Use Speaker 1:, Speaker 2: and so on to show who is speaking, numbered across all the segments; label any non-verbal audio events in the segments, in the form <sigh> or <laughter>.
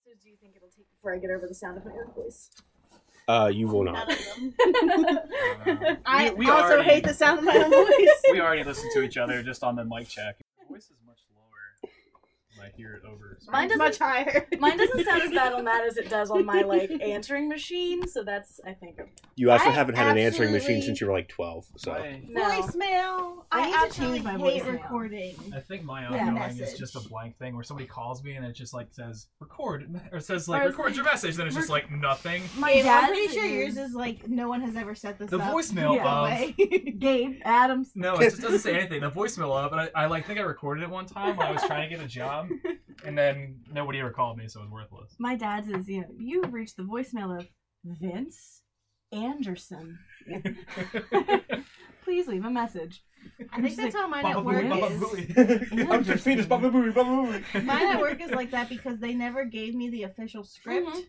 Speaker 1: episodes do you think it'll take before I get over the sound of my own
Speaker 2: <laughs>
Speaker 1: voice?
Speaker 3: Uh, you will
Speaker 1: None
Speaker 3: not.
Speaker 1: of them. I
Speaker 4: we
Speaker 1: also
Speaker 4: already-
Speaker 1: hate the sound of my own voice.
Speaker 4: we already listen to each other just on the mic check. My voice is much lower. when I hear it over.
Speaker 2: <laughs>
Speaker 4: so-
Speaker 2: Mine
Speaker 1: Mine's
Speaker 2: doesn't- <laughs>
Speaker 1: much higher.
Speaker 2: Mine doesn't sound as bad on that as it does on my like answering machine, so that's I think
Speaker 3: You also
Speaker 1: I
Speaker 3: haven't had an answering machine
Speaker 1: absolutely-
Speaker 3: since you were like 12. So
Speaker 4: My-
Speaker 2: no.
Speaker 1: Voicemail.
Speaker 2: I
Speaker 1: I,
Speaker 2: need to
Speaker 1: absolutely
Speaker 2: change my
Speaker 1: hate
Speaker 2: voicemail.
Speaker 1: recording.
Speaker 4: I think my
Speaker 1: Yeah,
Speaker 4: outgoing is
Speaker 1: message.
Speaker 4: just a blank thing where somebody calls me and it just like says record or says like
Speaker 2: Or it's
Speaker 4: record your message. Then it's just like nothing.
Speaker 2: my
Speaker 1: Gabe, I'm
Speaker 2: dad's
Speaker 1: pretty sure
Speaker 2: is-
Speaker 1: yours is like no one has ever set this
Speaker 4: The
Speaker 1: up.
Speaker 2: <laughs>
Speaker 4: voicemail
Speaker 1: that
Speaker 4: of-
Speaker 1: way.
Speaker 2: Gabe Adams.
Speaker 4: No, it just doesn't say anything. The voicemail of, and I, I like think I recorded it one time when I was trying to get a job, and then nobody ever called me, so it was worthless.
Speaker 2: My dad's is you know you've reached the voicemail of Vince Anderson. <laughs> Please leave a message.
Speaker 1: I think that's how mine at
Speaker 2: Baba
Speaker 1: work
Speaker 2: Booey, Baba
Speaker 1: is. <laughs>
Speaker 2: Yeah,
Speaker 3: I'm just
Speaker 2: just-
Speaker 3: finished. Baba booey,
Speaker 4: <laughs>
Speaker 3: baba
Speaker 1: Mine at work is like that because they never gave me the official script.
Speaker 2: Mhm.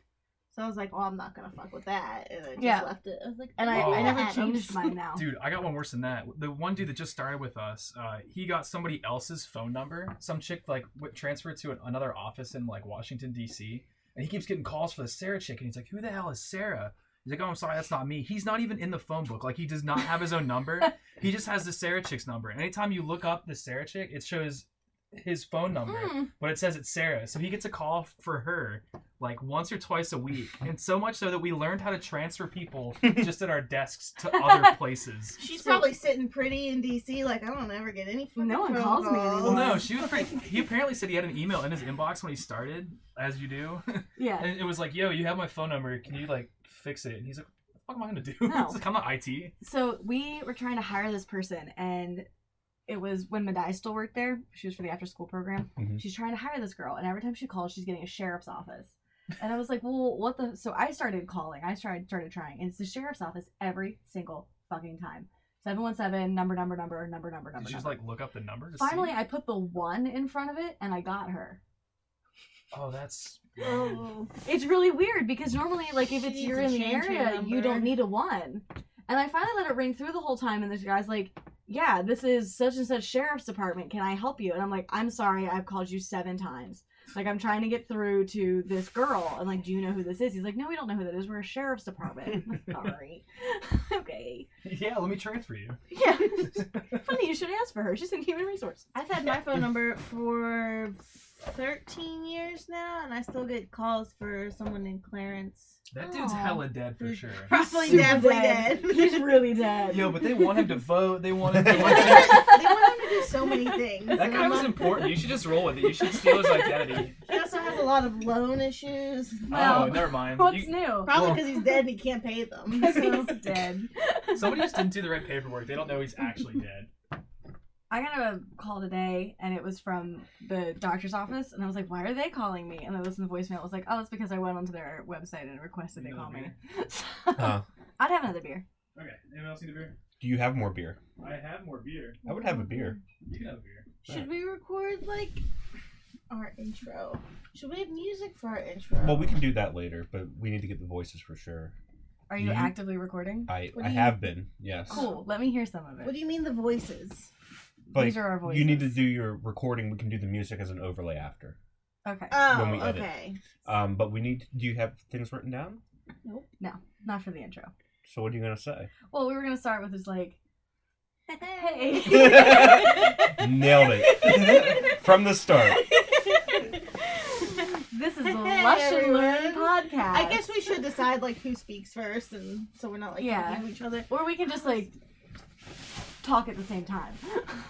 Speaker 1: So I was like, well, I'm not gonna fuck with that, and I just
Speaker 2: Yeah.
Speaker 1: left it. I was like,
Speaker 2: And I,
Speaker 4: Wow.
Speaker 2: I never
Speaker 1: Adams.
Speaker 2: changed
Speaker 1: <laughs>
Speaker 2: mine now.
Speaker 4: Dude, I got one worse than that. The one dude that just started with us, uh, he got somebody else's phone number. Some chick like w- transferred to an, another office in like Washington D.C. and he keeps getting calls for the Sarah chick, and he's like, "Who the hell is Sarah?" He's like, "Oh, I'm sorry, that's not me." He's not even in the phone book. Like, he does not have his own number. he just has the Sarah chick's number. And anytime you look up the Sarah chick, it shows his phone number,
Speaker 1: Hmm.
Speaker 4: but it says it's Sarah. So he gets a call f- for her like once or twice a week, and so much so that we learned how to transfer people just at our desks to other places.
Speaker 1: She's
Speaker 2: So-
Speaker 1: probably sitting pretty in DC. Like I don't ever get any. fucking
Speaker 2: No one
Speaker 1: phone
Speaker 2: calls me
Speaker 1: calls.
Speaker 2: anymore.
Speaker 4: Well, no, she was pretty. He apparently said he had an email in his inbox when he started, as you do,
Speaker 2: Yeah.
Speaker 4: and it was like, "Yo, you have my phone number. Can you like fix it?" And he's like, "What the fuck am I gonna do? <laughs>
Speaker 2: No.
Speaker 4: It's like, I'm not IT."
Speaker 2: So we were trying to hire this person, and it was when Madai still worked there. She was for the after school program.
Speaker 4: Mm-hmm.
Speaker 3: Mhm.
Speaker 2: She's trying to hire this girl, and every time she calls, she's getting a sheriff's office. And I was like, well, what the? So I started calling. I tried, started trying, and it's the sheriff's office every single fucking time. Seven one seven number number number number number
Speaker 4: Did
Speaker 2: number.
Speaker 4: you just
Speaker 2: number.
Speaker 4: like look up the number? To
Speaker 2: Finally,
Speaker 4: see?
Speaker 2: I put the one in front of it, and I got her.
Speaker 4: oh,
Speaker 2: <gasps>
Speaker 4: that's
Speaker 1: <laughs> Oh.
Speaker 2: It's really weird because normally, like, if it's
Speaker 1: She
Speaker 2: you're in
Speaker 1: needs to
Speaker 2: the
Speaker 1: change her
Speaker 2: area, you
Speaker 1: number.
Speaker 2: don't need a one. And I finally let it ring through the whole time, and this guy's like, "Yeah, this is such and such sheriff's department. Can I help you?" And I'm like, "I'm sorry, I've called you seven times. Like, I'm trying to get through to this girl. And like, do you know who this is?" He's like, "No, we don't know who that is. We're a sheriff's department."
Speaker 1: <laughs>
Speaker 2: I'm like, sorry. <laughs> okay.
Speaker 4: yeah. Let me transfer you.
Speaker 2: Yeah. <laughs> Funny you should ask for her. She's in human resources.
Speaker 1: I've had my phone number for 13 years now, and I still get calls for someone in Clarence.
Speaker 4: That dude's
Speaker 2: Aw.
Speaker 4: hella dead for sure.
Speaker 2: <laughs>
Speaker 1: Probably
Speaker 2: Super
Speaker 1: definitely dead.
Speaker 2: He's really dead.
Speaker 4: Yo, but they want him to vote. They want
Speaker 1: <laughs>
Speaker 4: him.
Speaker 1: they
Speaker 4: They want him
Speaker 1: want him to do so many <laughs> things.
Speaker 4: that
Speaker 1: and
Speaker 4: guy
Speaker 1: I'm
Speaker 4: was
Speaker 1: like-
Speaker 4: important. You should just roll with it. You should steal
Speaker 1: <laughs>
Speaker 4: his identity.
Speaker 1: He also has a lot of loan <laughs> issues.
Speaker 4: oh,
Speaker 2: Well,
Speaker 4: never mind.
Speaker 2: What's
Speaker 4: You-
Speaker 2: new?
Speaker 1: Probably
Speaker 4: Well-
Speaker 1: because he's dead and he can't pay <laughs> them.
Speaker 2: <laughs>
Speaker 1: So.
Speaker 2: He's dead.
Speaker 4: somebody just didn't do the right paperwork. They don't know he's actually dead.
Speaker 2: I got a call today, and it was from the doctor's office, and I was like, "Why are they calling me?" And I listened to the voicemail. It was like, "Oh, it's because I went onto their website and requested they
Speaker 4: Another
Speaker 2: call
Speaker 4: beer?
Speaker 2: me." <laughs> So,
Speaker 3: Uh.
Speaker 2: I'd have another beer.
Speaker 4: Okay. Anyone else need a beer?
Speaker 3: Do you have more beer?
Speaker 4: I have more beer.
Speaker 3: I would have a beer.
Speaker 4: You can have a beer.
Speaker 1: Should we record like our intro? Should we have music for our intro?
Speaker 3: Well, we can do that later, but we need to get the voices for sure.
Speaker 2: Are you
Speaker 3: You-
Speaker 2: actively recording?
Speaker 3: I,
Speaker 1: What
Speaker 3: I
Speaker 1: do you-
Speaker 3: have been, yes.
Speaker 2: Cool. Let me hear some of
Speaker 1: What
Speaker 2: it.
Speaker 1: do you mean the voices?
Speaker 3: But
Speaker 2: These are our voices.
Speaker 3: you need to do your recording. We can do the music as an overlay after.
Speaker 2: Okay.
Speaker 1: Oh,
Speaker 3: When we edit.
Speaker 1: okay. <laughs>
Speaker 3: Um, but we need. Do you have things written down?
Speaker 2: Not for the intro.
Speaker 3: So what are you gonna say?
Speaker 2: Well, we were gonna start with just like, "Hey." <laughs>
Speaker 3: Nailed it <laughs> from the start.
Speaker 2: this is the
Speaker 1: Hey,
Speaker 2: Lush and Learn
Speaker 1: everyone.
Speaker 2: podcast.
Speaker 1: I guess we should decide like who speaks first, and so we're not like
Speaker 2: Yeah.
Speaker 1: yeah. each other.
Speaker 2: or we can just like talk at the same time.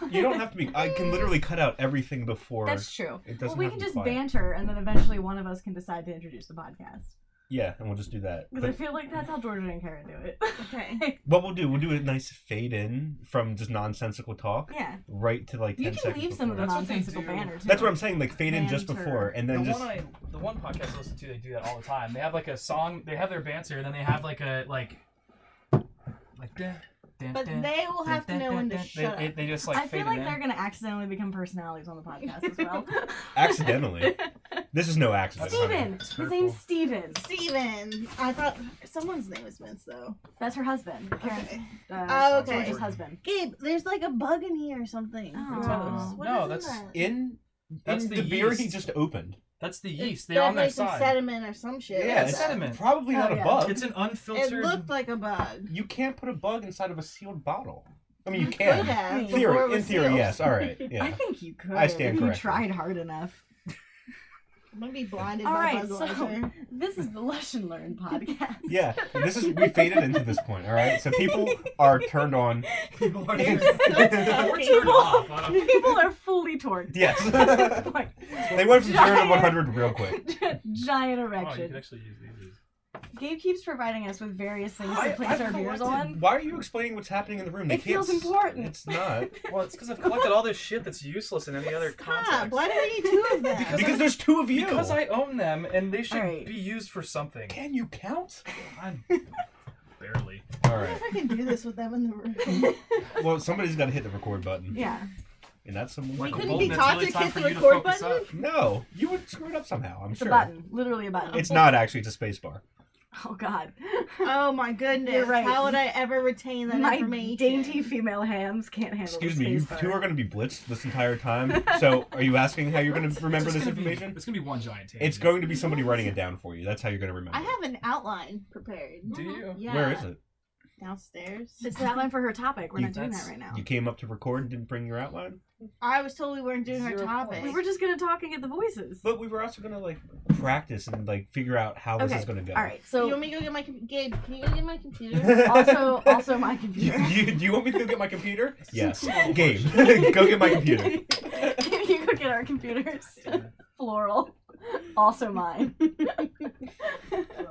Speaker 3: You don't have to be. I can literally cut out everything
Speaker 2: <laughs>
Speaker 3: before.
Speaker 2: That's true.
Speaker 3: it
Speaker 2: Well,
Speaker 3: doesn't.
Speaker 2: we
Speaker 3: have
Speaker 2: can
Speaker 3: to
Speaker 2: just
Speaker 3: be quiet.
Speaker 2: banter, and then eventually one of us can decide to introduce the podcast.
Speaker 3: Yeah, and we'll just do that.
Speaker 2: Because I
Speaker 3: But
Speaker 2: feel like that's how Georgia and Kara do it. <laughs>
Speaker 1: Okay.
Speaker 3: what we'll do, we'll do a nice fade in from just nonsensical talk
Speaker 2: yeah,
Speaker 3: right to like. 10
Speaker 2: you can
Speaker 3: seconds
Speaker 2: leave some of the
Speaker 3: before.
Speaker 4: That's what they
Speaker 2: nonsensical
Speaker 4: do.
Speaker 2: banner too.
Speaker 3: That's what I'm saying. Like fade in just
Speaker 2: Banter.
Speaker 3: before, and then
Speaker 4: the
Speaker 3: just
Speaker 4: one I, <laughs> the one podcast I listen to, they do that all the time. They have like a song, they have their banter, and then they have like a like like that.
Speaker 1: But they will have to know when to
Speaker 4: they,
Speaker 1: shut
Speaker 4: They,
Speaker 1: up.
Speaker 4: they just like
Speaker 2: I
Speaker 4: fade
Speaker 2: feel
Speaker 4: it
Speaker 2: like
Speaker 4: in.
Speaker 2: they're gonna accidentally become personalities on the podcast as
Speaker 4: <laughs>
Speaker 2: well.
Speaker 3: accidentally. this is no accident.
Speaker 2: Steven!
Speaker 4: That's
Speaker 2: His
Speaker 4: hurtful.
Speaker 2: name's Steven.
Speaker 1: Steven. I thought someone's name was Vince though.
Speaker 2: That's her husband. Karen's,
Speaker 1: Okay.
Speaker 2: uh,
Speaker 1: Oh, okay.
Speaker 2: Georgia's husband.
Speaker 1: Gabe, there's like a bug in here or something.
Speaker 2: Oh.
Speaker 1: Gross. What
Speaker 4: No,
Speaker 1: is in
Speaker 4: that's-
Speaker 1: that?
Speaker 3: In,
Speaker 4: That's
Speaker 3: in
Speaker 4: the
Speaker 3: the, beer he
Speaker 4: yeast.
Speaker 3: just opened.
Speaker 4: That's the
Speaker 1: It's
Speaker 4: yeast. They're on their
Speaker 1: definitely some
Speaker 4: side.
Speaker 1: sediment or some shit.
Speaker 3: yeah,
Speaker 4: it's
Speaker 3: it's
Speaker 4: sediment.
Speaker 3: probably
Speaker 2: Oh,
Speaker 3: not
Speaker 2: yeah.
Speaker 3: a bug.
Speaker 4: It's an
Speaker 1: It
Speaker 4: unfiltered.
Speaker 1: looked like a bug.
Speaker 3: you can't put a bug inside of a sealed bottle. I mean,
Speaker 1: You
Speaker 3: you
Speaker 1: could
Speaker 3: can.
Speaker 1: have
Speaker 3: In
Speaker 1: before it
Speaker 3: Theory,
Speaker 1: was
Speaker 3: in theory,
Speaker 1: sealed.
Speaker 3: yes.
Speaker 2: <laughs>
Speaker 3: All right.
Speaker 2: I
Speaker 3: Yeah.
Speaker 2: think you could.
Speaker 3: I stand
Speaker 2: if you
Speaker 3: corrected.
Speaker 2: tried hard enough.
Speaker 1: I'm gonna be blinded
Speaker 2: All
Speaker 1: by
Speaker 2: right,
Speaker 1: bug
Speaker 2: so-
Speaker 1: laser.
Speaker 2: This is the Lush and
Speaker 3: <laughs>
Speaker 2: Learn podcast. <laughs>
Speaker 3: Yeah. This is we faded into this point. All right. So people are turned on.
Speaker 4: <laughs> People are
Speaker 3: It's
Speaker 4: We're
Speaker 2: People-
Speaker 4: turned off. I don't-
Speaker 2: People are fully torqued. <laughs>
Speaker 3: <laughs> Yes.
Speaker 2: At this point.
Speaker 3: They went from zero to
Speaker 2: Giant-
Speaker 3: one hundred real quick.
Speaker 2: Giant
Speaker 4: Oh, you
Speaker 2: erection.
Speaker 4: could actually use these.
Speaker 2: Gabe keeps providing us with various things
Speaker 3: I-
Speaker 2: to place
Speaker 3: I've
Speaker 2: our beers
Speaker 3: collected-
Speaker 2: on.
Speaker 3: Why are you explaining what's happening in the room? They
Speaker 2: It
Speaker 3: can't
Speaker 2: feels
Speaker 3: s-
Speaker 2: important.
Speaker 3: It's not
Speaker 4: Well, it's because I've collected all this shit that's useless in any other
Speaker 1: Stop.
Speaker 4: context.
Speaker 1: Why do we need two
Speaker 4: <laughs>
Speaker 1: of them?
Speaker 4: Because
Speaker 3: because
Speaker 4: I-
Speaker 3: there's two of you.
Speaker 4: Because I own them and they should
Speaker 2: Alright.
Speaker 4: be used for something.
Speaker 3: can you count?
Speaker 1: <laughs>
Speaker 4: I'm barely.
Speaker 3: All
Speaker 1: I
Speaker 3: right.
Speaker 1: wonder if I can do this with them in the
Speaker 2: <laughs>
Speaker 1: room.
Speaker 3: Well, somebody's got to hit the record button.
Speaker 2: yeah.
Speaker 3: And that's some.
Speaker 1: We
Speaker 4: Michael
Speaker 1: couldn't
Speaker 4: Bolton,
Speaker 1: be
Speaker 4: it's
Speaker 1: taught
Speaker 4: really
Speaker 1: to
Speaker 4: time
Speaker 1: hit
Speaker 4: for
Speaker 1: the
Speaker 4: you to
Speaker 1: record
Speaker 4: focus
Speaker 1: button?
Speaker 4: up.
Speaker 3: No, you would screw it up somehow. I'm
Speaker 2: It's
Speaker 3: sure.
Speaker 2: a button. Literally a button.
Speaker 3: It's not actually. It's a space bar.
Speaker 2: oh god.
Speaker 1: oh my goodness.
Speaker 2: You're right.
Speaker 1: How would I ever retain that
Speaker 2: My
Speaker 1: information?
Speaker 2: dainty female hams can't handle
Speaker 3: Excuse
Speaker 2: the
Speaker 3: me. You
Speaker 2: space
Speaker 3: two
Speaker 2: bar.
Speaker 3: are going to be blitzed this entire time. So, are you asking how you're going to remember
Speaker 4: It's
Speaker 3: this
Speaker 4: gonna be-
Speaker 3: information?
Speaker 4: it's gonna be one giant tangent.
Speaker 3: It's going to be somebody writing it down for you. That's how you're going to remember.
Speaker 1: I have an outline prepared.
Speaker 4: Do you?
Speaker 1: Yeah.
Speaker 3: Where is it?
Speaker 1: Downstairs.
Speaker 2: It's the outline for her topic. We're
Speaker 3: You-
Speaker 2: not doing that
Speaker 4: that's-
Speaker 2: right now.
Speaker 3: You came up to record and didn't bring your outline,
Speaker 1: I was told we weren't doing her
Speaker 4: Zero
Speaker 1: topic.
Speaker 4: points.
Speaker 2: we were just gonna talk and get the voices.
Speaker 3: but we were also going to like practice and like figure out how this
Speaker 2: Okay.
Speaker 3: is going to go.
Speaker 2: All right.
Speaker 1: you
Speaker 2: So
Speaker 1: want me to go get my com- Gabe? Can you go get
Speaker 2: <laughs>
Speaker 1: my computer? <laughs>
Speaker 2: also also my
Speaker 3: <laughs> You,
Speaker 2: computer.
Speaker 3: you, do you want me to go get my computer? Yes.
Speaker 4: Oh,
Speaker 3: Gabe, <laughs>
Speaker 2: shit.
Speaker 3: go get my computer.
Speaker 2: Can <laughs> you go get our computers? <laughs> Floral. Also
Speaker 3: <laughs>
Speaker 2: mine.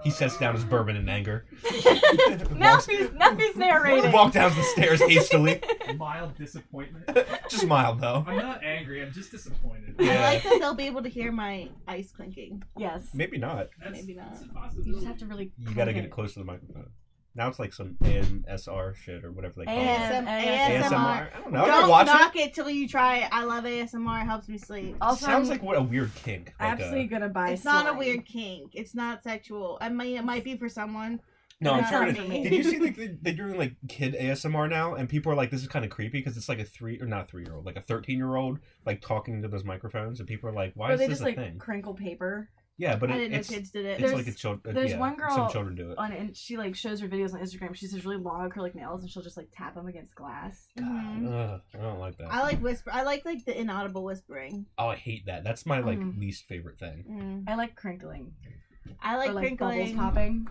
Speaker 3: He sets down his bourbon in anger.
Speaker 2: <laughs> now
Speaker 3: walks,
Speaker 2: he's now he's narrating.
Speaker 3: walk down the
Speaker 2: <laughs>
Speaker 3: stairs hastily.
Speaker 4: Mild disappointment.
Speaker 3: Just mild though.
Speaker 4: I'm not angry. I'm just disappointed.
Speaker 1: <laughs> I
Speaker 3: Yeah.
Speaker 1: like that they'll be able to hear my ice clinking.
Speaker 2: Yes.
Speaker 3: Maybe not.
Speaker 4: That's,
Speaker 1: Maybe not.
Speaker 4: that's a
Speaker 2: You just
Speaker 4: possibility.
Speaker 2: have to really.
Speaker 3: You got to get it close to the microphone. Now it's like some AMSR shit or whatever they call it.
Speaker 2: And
Speaker 1: ASMR.
Speaker 3: ASMR. I don't know. I don't
Speaker 1: Don't
Speaker 3: watch it.
Speaker 1: knock it till you try it. I love ASMR. It helps me sleep.
Speaker 2: Also,
Speaker 3: Sounds
Speaker 2: I'm
Speaker 3: like what a weird kink. Like uh,
Speaker 2: absolutely
Speaker 3: a,
Speaker 2: gonna buy.
Speaker 1: it's not a
Speaker 2: slime.
Speaker 1: weird kink. It's not sexual. I mean, it might be for someone.
Speaker 3: no, I'm
Speaker 1: not
Speaker 3: sure. It
Speaker 1: for
Speaker 3: is.
Speaker 1: me.
Speaker 3: Did
Speaker 2: <laughs>
Speaker 3: you see like they- they're doing like kid ASMR now, and people are like, "This is kind of creepy" because it's like a three or not a three year old, like a thirteen year old, like talking to those microphones, and people are like, "Why
Speaker 2: Or
Speaker 3: is
Speaker 2: they
Speaker 3: this
Speaker 2: just
Speaker 3: a
Speaker 2: like
Speaker 3: thing?"
Speaker 2: crinkle paper
Speaker 3: Yeah, but
Speaker 1: <laughs> I
Speaker 3: it,
Speaker 1: didn't know
Speaker 3: it's
Speaker 1: kids did it.
Speaker 3: it's
Speaker 2: There's-
Speaker 3: like a child. uh,
Speaker 2: there's
Speaker 3: yeah,
Speaker 2: one girl
Speaker 3: Some children do it.
Speaker 2: on, and she like shows her videos on Instagram. She says really long acrylic nails, and she'll just like tap them against glass. mm-hmm.
Speaker 1: Mhm.
Speaker 3: Ugh, I don't like that.
Speaker 1: I like whisper. I like like the inaudible whispering.
Speaker 3: oh, I hate that. That's my like
Speaker 2: Mm.
Speaker 3: least favorite thing.
Speaker 1: Mm.
Speaker 2: I like crinkling.
Speaker 1: I like,
Speaker 2: or, like bubbles
Speaker 1: crinkling.
Speaker 2: popping.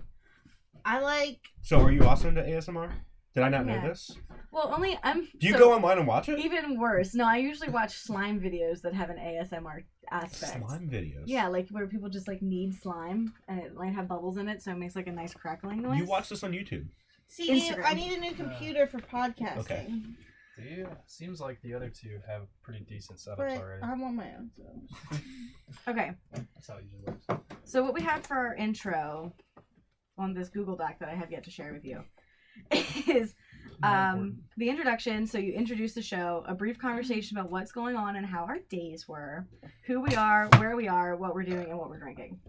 Speaker 1: I like.
Speaker 3: So, are you also into ASMR? Did I not
Speaker 2: Yeah.
Speaker 3: know this?
Speaker 2: Well, only I'm.
Speaker 3: Do you
Speaker 2: so-
Speaker 3: go online and watch it?
Speaker 2: Even worse. No, I usually watch slime videos that have an ASMR aspect.
Speaker 3: Slime videos.
Speaker 2: Yeah, like where people just like knead slime and it might have bubbles in it, so it makes like a nice crackling noise.
Speaker 3: You watch this on YouTube.
Speaker 1: See, you-
Speaker 2: Instagram.
Speaker 1: I need a new computer for podcasting,
Speaker 3: Okay.
Speaker 4: Do you? Seems like the other two have pretty decent setups
Speaker 1: but uh,
Speaker 4: already.
Speaker 1: I'm on my own. So.
Speaker 2: Okay,
Speaker 4: That's how it usually works.
Speaker 2: so what we have for our intro on this Google Doc that I have yet to share with you <laughs> is
Speaker 4: Not
Speaker 2: um,
Speaker 4: important.
Speaker 2: the introduction. So you introduce the show, a brief conversation about what's going on and how our days were, who we are, where we are, what we're doing, and what we're drinking.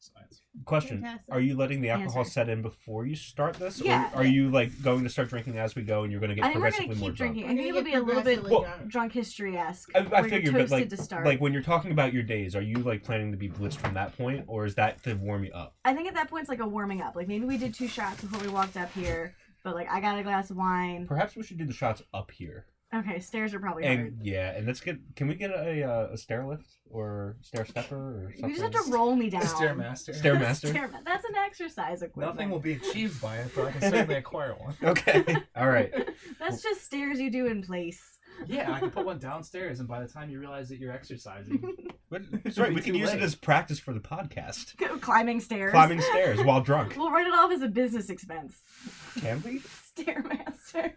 Speaker 4: Science.
Speaker 3: Question:
Speaker 1: Fantastic.
Speaker 3: Are you letting the alcohol
Speaker 2: Answer.
Speaker 3: set in before you start this,
Speaker 2: Yeah.
Speaker 3: or are you like going to start drinking as we go, and you're going to get
Speaker 2: I think we're
Speaker 3: progressively
Speaker 2: gonna
Speaker 3: more
Speaker 2: keep
Speaker 3: drunk?
Speaker 2: drinking. I think it'll be a little bit
Speaker 3: Well,
Speaker 2: drunk history esque.
Speaker 3: I- I figured, but, like-
Speaker 2: to start.
Speaker 3: Like when you're talking about your days, are you like planning to be blitzed from that point, or is that to warm you up?
Speaker 2: I think at that point it's like a warming up. Like maybe we did two shots before we walked up here, but like I got a glass of wine.
Speaker 3: Perhaps we should do the shots up here.
Speaker 2: Okay, stairs are probably hard.
Speaker 3: And yeah, and let's get. Can we get a uh, a stair lift or stair stepper or something?
Speaker 2: We just have to roll me down. <laughs>
Speaker 4: Stairmaster.
Speaker 3: Stairmaster.
Speaker 2: Stairma- That's an exercise equipment.
Speaker 4: Nothing will be achieved by it, but I can certainly acquire one.
Speaker 2: <laughs>
Speaker 3: okay. All right.
Speaker 2: That's just stairs you do in place.
Speaker 4: Yeah, I can put one downstairs, and by the time you realize that
Speaker 1: <laughs>
Speaker 4: you're exercising,
Speaker 3: <laughs> But,
Speaker 4: It'd
Speaker 3: sorry,
Speaker 4: be
Speaker 3: we can
Speaker 4: too
Speaker 3: use
Speaker 4: late.
Speaker 3: it as practice for the podcast.
Speaker 2: Climbing stairs.
Speaker 3: Climbing stairs while drunk.
Speaker 2: <laughs> We'll write it off as a business expense.
Speaker 3: Can we?
Speaker 2: Stairmaster.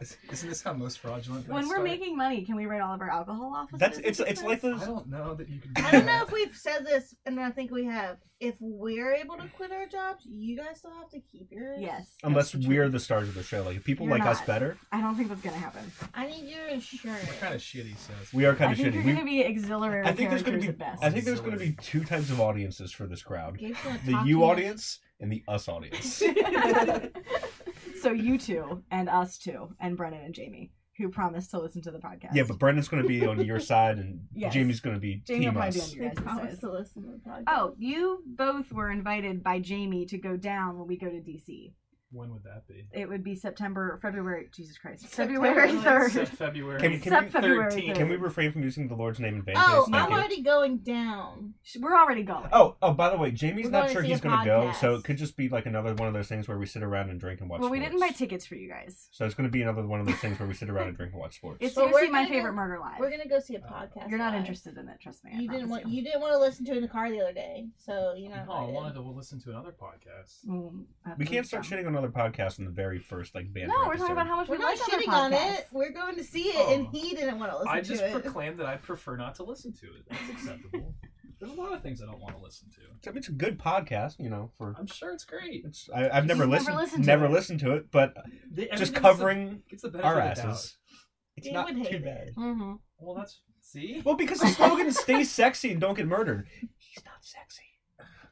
Speaker 4: is- isn't this how most fraudulent? things
Speaker 2: when we're
Speaker 4: start?
Speaker 2: making money, can we write all of our alcohol off? As a
Speaker 3: That's it's
Speaker 2: business
Speaker 3: it's like
Speaker 2: expense?
Speaker 3: those.
Speaker 4: I don't know that you can.
Speaker 1: I don't know if we've said this, and I think we have. If we're able to quit our jobs, you guys still have to keep yours.
Speaker 2: Yes.
Speaker 3: Unless
Speaker 4: That's
Speaker 3: we're the stars of the show, like if people
Speaker 2: You're
Speaker 3: like us
Speaker 2: not.
Speaker 3: better,
Speaker 2: I don't think that's gonna happen.
Speaker 1: I need your insurance.
Speaker 4: We're kind of shitty, so it's-
Speaker 3: we are kind
Speaker 2: I
Speaker 3: of
Speaker 2: think
Speaker 3: shitty.
Speaker 2: you're
Speaker 3: We-
Speaker 2: gonna be auxiliary
Speaker 3: I think there's gonna
Speaker 2: characters
Speaker 3: be-
Speaker 2: at best.
Speaker 3: I think there's going to be two types of audiences for this crowd:
Speaker 1: Gabe's gonna
Speaker 3: the
Speaker 1: talk too
Speaker 3: you
Speaker 1: much.
Speaker 3: audience and the
Speaker 2: <laughs>
Speaker 3: us audience.
Speaker 2: so you two and us two and Brennan and Jamie. who promised to listen to the podcast.
Speaker 3: Yeah, but Brendan's going to be on your side, and
Speaker 2: Yes.
Speaker 3: Jamie's going to be
Speaker 2: Jamie will
Speaker 3: team
Speaker 2: probably be
Speaker 3: us.
Speaker 2: on
Speaker 1: They
Speaker 2: your guys'
Speaker 1: promised
Speaker 2: side.
Speaker 1: to listen to the podcast.
Speaker 2: Oh, you both were invited by Jamie to go down when we go to DC.
Speaker 4: When would that be?
Speaker 2: It would be September, February, Jesus Christ,
Speaker 1: September.
Speaker 2: February
Speaker 4: Except
Speaker 2: third.
Speaker 4: February.
Speaker 3: Can we- can
Speaker 2: Except
Speaker 3: we-
Speaker 2: February
Speaker 4: thirteen.
Speaker 3: Can we refrain from using the Lord's name in vain?
Speaker 1: Oh,
Speaker 3: please? Thank
Speaker 1: I'm
Speaker 3: you.
Speaker 1: already going down.
Speaker 2: We're already going.
Speaker 3: Oh, oh! By the way, Jamie's
Speaker 1: We're
Speaker 3: not
Speaker 1: going
Speaker 3: sure
Speaker 1: to
Speaker 3: he's
Speaker 1: the
Speaker 3: going to go,
Speaker 1: podcast.
Speaker 3: so it could just be like another one of those things where we sit around and drink and watch.
Speaker 2: well, we
Speaker 3: sports.
Speaker 2: didn't buy tickets for you guys.
Speaker 3: So it's going to be another one of those things where we sit around and drink and watch sports.
Speaker 2: It's
Speaker 1: But
Speaker 2: to go
Speaker 1: we're
Speaker 2: see my
Speaker 1: gonna go-
Speaker 2: favorite murder live.
Speaker 1: We're gonna go see a
Speaker 4: Oh.
Speaker 3: Uh,
Speaker 1: podcast.
Speaker 2: You're not
Speaker 1: live.
Speaker 2: interested in it, trust me. I
Speaker 1: You didn't
Speaker 2: promise
Speaker 1: want you didn't want to listen to it in the car the other day, so you're not.
Speaker 4: No, I
Speaker 3: Oh,
Speaker 1: invited.
Speaker 4: wanted to listen to another podcast.
Speaker 2: Mm, that's
Speaker 3: we can't start
Speaker 2: dumb.
Speaker 3: shitting on other podcasts in the very first like band.
Speaker 2: No, we're talking about how much
Speaker 1: We're
Speaker 2: we
Speaker 1: not
Speaker 2: like
Speaker 1: shitting
Speaker 2: other
Speaker 1: on it.
Speaker 2: podcasts.
Speaker 1: We're going to see it, and
Speaker 4: Oh.
Speaker 1: he didn't want to listen
Speaker 4: I just
Speaker 1: to it.
Speaker 4: proclaimed that I prefer not to listen to it. That's acceptable. There's a lot of things I don't want to listen to.
Speaker 3: I mean, it's a good podcast, you know. For
Speaker 4: I'm sure it's great.
Speaker 3: it's, I, I've never
Speaker 2: Just never
Speaker 3: listened, never
Speaker 2: listened to it.
Speaker 3: listened to it, but
Speaker 4: They-
Speaker 3: just
Speaker 4: everything's the-
Speaker 3: covering
Speaker 4: It's the benefit
Speaker 3: our
Speaker 4: of the doubt.
Speaker 3: asses. It's
Speaker 1: They
Speaker 3: not
Speaker 1: would hate
Speaker 3: too
Speaker 1: it.
Speaker 3: bad.
Speaker 2: Mm-hmm.
Speaker 4: Well, that's see.
Speaker 3: Well, because the slogan is "Stay sexy and don't get murdered." He's not sexy.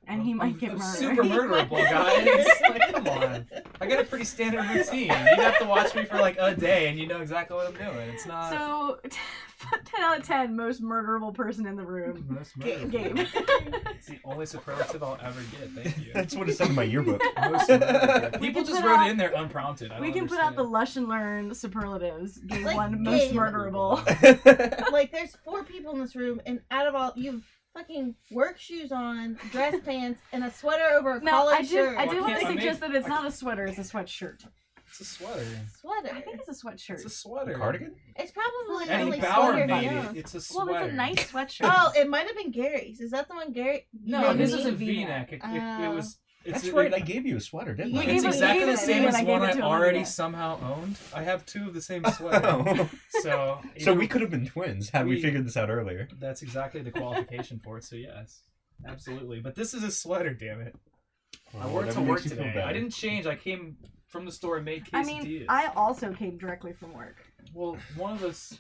Speaker 2: And <laughs> he
Speaker 4: I'm-
Speaker 2: might
Speaker 4: I'm-
Speaker 2: get
Speaker 4: I'm
Speaker 2: murdered.
Speaker 4: Super murderable, guys. like, come on. I got a pretty standard routine. You have to watch me for like a day, and you know exactly what I'm doing. It's not.
Speaker 2: So, <laughs> 10 out of 10, most murderable person in the room.
Speaker 4: <laughs> most
Speaker 2: Ga-
Speaker 4: murderable.
Speaker 2: Game.
Speaker 4: It's the only superlative I'll ever get. Thank
Speaker 2: <laughs>
Speaker 4: you.
Speaker 3: That's what it said in my yearbook.
Speaker 4: Most murderable.
Speaker 2: We
Speaker 4: People
Speaker 2: can
Speaker 4: just
Speaker 2: put
Speaker 4: wrote
Speaker 2: out-
Speaker 4: it in there unprompted. I
Speaker 2: we
Speaker 4: don't
Speaker 2: can put out the
Speaker 4: understand.
Speaker 2: lush and learn superlatives. Game
Speaker 1: Like
Speaker 2: one, most
Speaker 1: game.
Speaker 2: murderable.
Speaker 3: <laughs>
Speaker 1: like there's four people in this room and out of all you've fucking work shoes on dress pants and a sweater over a
Speaker 2: No,
Speaker 1: collared
Speaker 2: I do.
Speaker 1: shirt
Speaker 2: I do
Speaker 4: Why
Speaker 2: want to
Speaker 4: can't I
Speaker 2: suggest
Speaker 4: make-
Speaker 2: that it's
Speaker 4: I
Speaker 2: not a sweater; it's a sweatshirt.
Speaker 4: It's a <laughs> sweater.
Speaker 1: sweater
Speaker 2: I think it's a sweatshirt.
Speaker 4: It's a sweater.
Speaker 3: Cardigan?
Speaker 1: it's probably the
Speaker 2: Annie
Speaker 1: only
Speaker 4: Any
Speaker 1: sweater
Speaker 4: Bauer
Speaker 1: he
Speaker 4: made
Speaker 1: owns.
Speaker 4: it. It's a
Speaker 2: well,
Speaker 4: sweater.
Speaker 2: it's a nice <laughs> sweatshirt.
Speaker 1: oh it might have been gary's is that the one gary
Speaker 2: You
Speaker 4: No,
Speaker 2: know
Speaker 4: this
Speaker 2: what I
Speaker 4: is a
Speaker 2: mean?
Speaker 4: V-neck. It, it- it,
Speaker 1: Oh.
Speaker 4: was. It's
Speaker 3: That's
Speaker 4: it-
Speaker 3: right. I gave you a sweater, didn't
Speaker 1: You
Speaker 3: I?
Speaker 1: gave
Speaker 4: It's
Speaker 1: it-
Speaker 4: exactly
Speaker 1: gave
Speaker 4: the
Speaker 1: it to
Speaker 4: same
Speaker 1: me
Speaker 4: as
Speaker 2: and I
Speaker 4: one
Speaker 2: gave it
Speaker 4: I
Speaker 2: to him, yeah.
Speaker 4: already somehow owned. I have two of
Speaker 3: <laughs>
Speaker 4: the same sweater.
Speaker 3: <laughs> Oh.
Speaker 4: So,
Speaker 3: So
Speaker 4: either-
Speaker 3: we could have been twins had we,
Speaker 4: We-
Speaker 3: figured this out earlier.
Speaker 4: That's exactly the qualification for it. So yes, absolutely. But this is a sweater, damn it. I wore it to
Speaker 3: Whatever
Speaker 4: work
Speaker 3: makes you feel
Speaker 4: today.
Speaker 3: better.
Speaker 4: I didn't change. I came from the store and made
Speaker 2: I
Speaker 4: quesadillas.
Speaker 2: mean, I also came directly from work.
Speaker 4: Well, one of us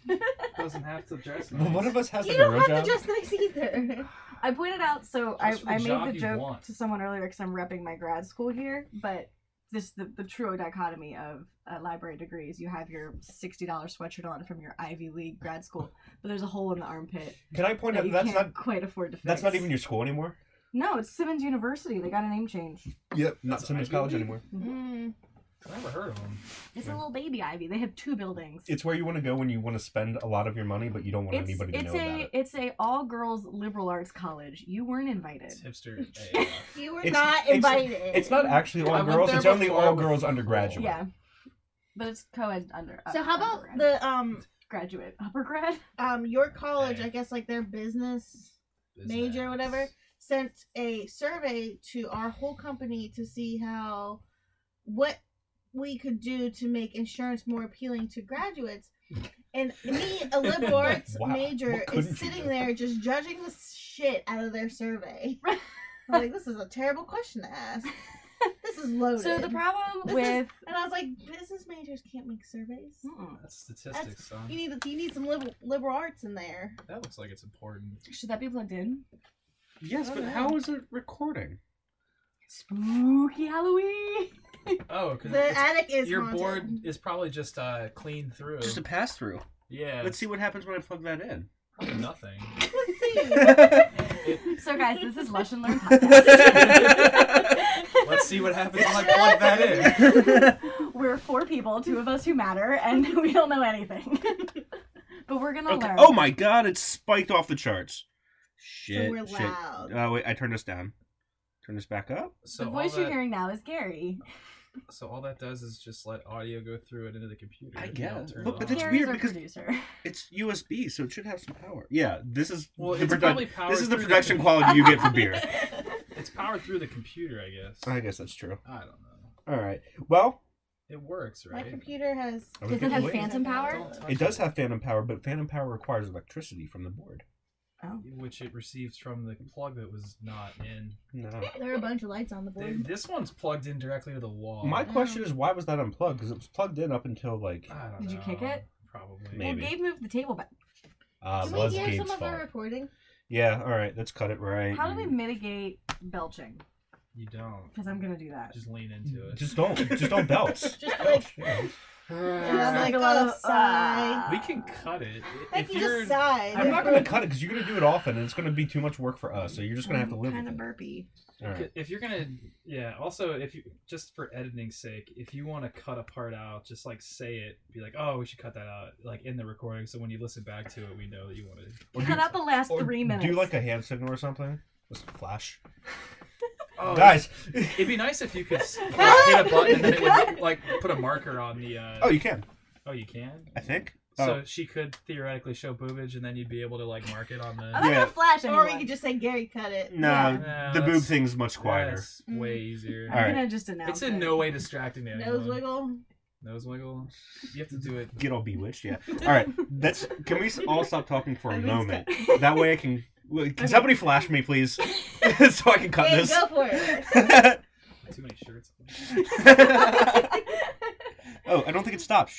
Speaker 4: doesn't have to dress.
Speaker 3: Well,
Speaker 4: nice.
Speaker 3: one of us has
Speaker 1: you
Speaker 3: like a
Speaker 1: don't
Speaker 3: real
Speaker 1: have
Speaker 3: job.
Speaker 1: to dress nice either
Speaker 2: I pointed out, so I,
Speaker 4: Just for the
Speaker 2: I
Speaker 4: job
Speaker 2: made the
Speaker 4: you
Speaker 2: joke
Speaker 4: want.
Speaker 2: to someone earlier because I'm repping my grad school here, but this the, the true dichotomy of uh, library degrees. You have your $60 sweatshirt on from your Ivy League grad school, but there's a hole in the armpit
Speaker 3: Can I
Speaker 4: Oh,
Speaker 3: point
Speaker 2: that
Speaker 3: out
Speaker 2: you
Speaker 3: that's
Speaker 2: can't
Speaker 3: not
Speaker 2: quite afford to fix.
Speaker 3: that's not even your school anymore.
Speaker 2: No, it's Simmons University. They got a name change.
Speaker 3: Yep, not
Speaker 4: That's
Speaker 3: Simmons
Speaker 4: Ivy
Speaker 3: College
Speaker 4: League?
Speaker 3: anymore.
Speaker 1: Mm,
Speaker 4: I never heard of them.
Speaker 2: It's
Speaker 3: Yeah.
Speaker 2: a little baby Ivy. They have two buildings.
Speaker 3: It's where you want to go when you want to spend a lot of your money, but you don't want
Speaker 2: it's,
Speaker 3: anybody to
Speaker 2: it's
Speaker 3: know
Speaker 2: a
Speaker 3: about it.
Speaker 2: it's a all girls liberal arts college. You weren't invited. <laughs>
Speaker 4: It's hipster. AF.
Speaker 1: you were
Speaker 3: It's-
Speaker 1: not
Speaker 3: it's-
Speaker 1: invited
Speaker 3: It's not actually all
Speaker 4: I went
Speaker 3: girls.
Speaker 4: there
Speaker 3: It's only
Speaker 4: before
Speaker 3: all
Speaker 4: with-
Speaker 3: girls undergraduate.
Speaker 2: Yeah, but it's co-ed under.
Speaker 1: so how about
Speaker 2: undergrad.
Speaker 1: the um
Speaker 2: graduate upper grad?
Speaker 1: um your college
Speaker 4: Okay.
Speaker 1: i guess like their business
Speaker 4: Business.
Speaker 1: Major, whatever. sent a survey to our whole company to see how what we could do to make insurance more appealing to graduates. And
Speaker 3: <laughs>
Speaker 1: me, a liberal arts
Speaker 3: Wow,
Speaker 1: major,
Speaker 3: what couldn't you
Speaker 1: is sitting
Speaker 3: do?
Speaker 1: there just judging the shit out of
Speaker 2: <laughs>
Speaker 1: their survey. I'm like, this is a terrible question to ask. This is loaded.
Speaker 2: <laughs> So the problem
Speaker 1: This
Speaker 2: with
Speaker 1: and I was like, business majors can't make surveys.
Speaker 2: Mm-mm.
Speaker 4: That's statistics, son.
Speaker 1: You need you need some liberal liberal arts in there.
Speaker 4: That looks like it's important.
Speaker 2: <laughs> should that be plugged in?
Speaker 3: Yes,
Speaker 1: I
Speaker 3: but
Speaker 1: don't
Speaker 3: how
Speaker 1: know.
Speaker 3: is it recording?
Speaker 2: Spooky Halloween.
Speaker 4: Oh, because
Speaker 1: The attic is
Speaker 4: your
Speaker 1: haunted.
Speaker 4: board is probably just uh, clean through.
Speaker 3: pass through.
Speaker 4: yeah.
Speaker 3: what happens when I plug that
Speaker 4: <laughs>
Speaker 3: in.
Speaker 4: probably nothing.
Speaker 1: <laughs> Let's
Speaker 3: <laughs>
Speaker 1: see.
Speaker 2: So guys, this is Lush and Learn podcast.
Speaker 4: Let's see what happens
Speaker 2: <laughs>
Speaker 4: when I plug that in.
Speaker 2: we're four people, two of us who matter, and <laughs> we don't know anything. <laughs> but we're gonna learn.
Speaker 3: Oh my god, it's spiked off the charts.
Speaker 1: so
Speaker 3: Shit.
Speaker 1: we're loud.
Speaker 3: Oh wait, I turned this down. Turn this back up.
Speaker 4: So
Speaker 2: The
Speaker 4: all
Speaker 2: voice you're
Speaker 4: that-
Speaker 2: hearing now is Gary.
Speaker 4: So all that does is just let audio go through it into the computer.
Speaker 3: I
Speaker 4: It can all
Speaker 3: guess.
Speaker 4: turn
Speaker 3: But- but
Speaker 4: on.
Speaker 3: that's
Speaker 2: Gary's
Speaker 3: weird
Speaker 2: our
Speaker 3: because-
Speaker 2: producer.
Speaker 3: It's USB, so it should have some power. Yeah, this is
Speaker 4: well,
Speaker 3: the
Speaker 4: it's
Speaker 3: produ-
Speaker 4: probably powered.
Speaker 3: this is the
Speaker 4: through
Speaker 3: production quality you get for
Speaker 4: <laughs>
Speaker 3: beer.
Speaker 4: It's powered through the computer, I guess.
Speaker 3: I guess that's true.
Speaker 4: I don't know.
Speaker 3: All right. Well,
Speaker 4: It works,
Speaker 1: My
Speaker 4: right?
Speaker 1: computer has.
Speaker 3: Are we
Speaker 2: Does it have
Speaker 3: Wait.
Speaker 2: phantom power?
Speaker 4: Don't
Speaker 3: it does have phantom power, but phantom power requires electricity from the board.
Speaker 2: Oh.
Speaker 4: Which it receives from the plug that was not in.
Speaker 3: No.
Speaker 1: There are a bunch of lights on the
Speaker 4: They-
Speaker 1: board.
Speaker 4: this one's plugged in directly to the wall.
Speaker 3: My question is why was that unplugged? Because it was plugged in up until like
Speaker 4: I don't
Speaker 2: Did you
Speaker 4: know.
Speaker 2: kick it?
Speaker 4: Probably.
Speaker 2: Well,
Speaker 3: Maybe.
Speaker 2: Gabe moved the table back.
Speaker 3: uh,
Speaker 1: Can we
Speaker 3: was
Speaker 1: hear
Speaker 3: Gabe's
Speaker 1: some of
Speaker 3: fault.
Speaker 1: our recording?
Speaker 4: Mm.
Speaker 3: Yeah. All right. Let's cut it right.
Speaker 2: How do we
Speaker 3: and-
Speaker 2: mitigate belching?
Speaker 4: You don't.
Speaker 2: because I'm gonna do that.
Speaker 4: Just lean into it. <sighs>
Speaker 3: Just don't. Just
Speaker 4: <laughs>
Speaker 3: don't belts.
Speaker 1: Just like-
Speaker 3: Yeah.
Speaker 1: I'm
Speaker 2: Just
Speaker 1: like,
Speaker 2: like a lot
Speaker 1: oh,
Speaker 2: of,
Speaker 1: sigh.
Speaker 2: uh,
Speaker 4: we can cut it.
Speaker 1: Like
Speaker 4: if
Speaker 1: you
Speaker 4: you're
Speaker 1: just sighed.
Speaker 3: I'm not gonna cut it because you're gonna do it often, and it's gonna be too much work for us. So you're just gonna have to
Speaker 2: Mm,
Speaker 3: live
Speaker 1: Kind
Speaker 3: with
Speaker 1: of
Speaker 3: it.
Speaker 1: burpy.
Speaker 3: All right.
Speaker 4: if you're gonna yeah. Also, if you just for editing's sake, if you want to cut a part out, just like say it. Be like, oh, we should cut that out, like in the recording, so when you listen back to it, we know that you wanted.
Speaker 3: Or
Speaker 2: Cut
Speaker 3: do-
Speaker 2: out the last
Speaker 3: or
Speaker 2: three minutes.
Speaker 3: Do you like a hand signal or something? Just flash,
Speaker 4: Oh,
Speaker 3: guys.
Speaker 4: It'd be nice if you could s- like, hit a button and then it would like put a marker on the. Uh...
Speaker 3: Oh, you can.
Speaker 4: oh, you can.
Speaker 3: I think.
Speaker 4: So
Speaker 3: Oh.
Speaker 4: she could theoretically show boobage, and then you'd be able to like mark it on the.
Speaker 2: I'm not
Speaker 3: Yeah.
Speaker 2: gonna flash
Speaker 1: Or
Speaker 2: anyone.
Speaker 1: we could just say Gary cut it.
Speaker 3: No,
Speaker 4: Yeah,
Speaker 3: the boob
Speaker 4: that's-
Speaker 3: thing's much quieter.
Speaker 4: That's way easier.
Speaker 2: I'm
Speaker 3: All right.
Speaker 2: gonna just announce.
Speaker 4: It's in
Speaker 2: it.
Speaker 4: no way distracting to
Speaker 1: Nose
Speaker 4: anyone.
Speaker 1: wiggle.
Speaker 4: Nose wiggle. You have to do it.
Speaker 3: Get all bewitched. Yeah. All
Speaker 2: <laughs>
Speaker 3: right. That's. Can we s- all stop talking for a
Speaker 1: Everyone's
Speaker 3: moment? That way I can. Well, Can somebody flash me, please, <laughs> so I can cut
Speaker 1: Yeah,
Speaker 3: this.
Speaker 1: go for
Speaker 3: <laughs>
Speaker 1: it.
Speaker 4: Too many shirts.
Speaker 2: <laughs>
Speaker 3: <laughs> oh, I don't think it stops. Shit.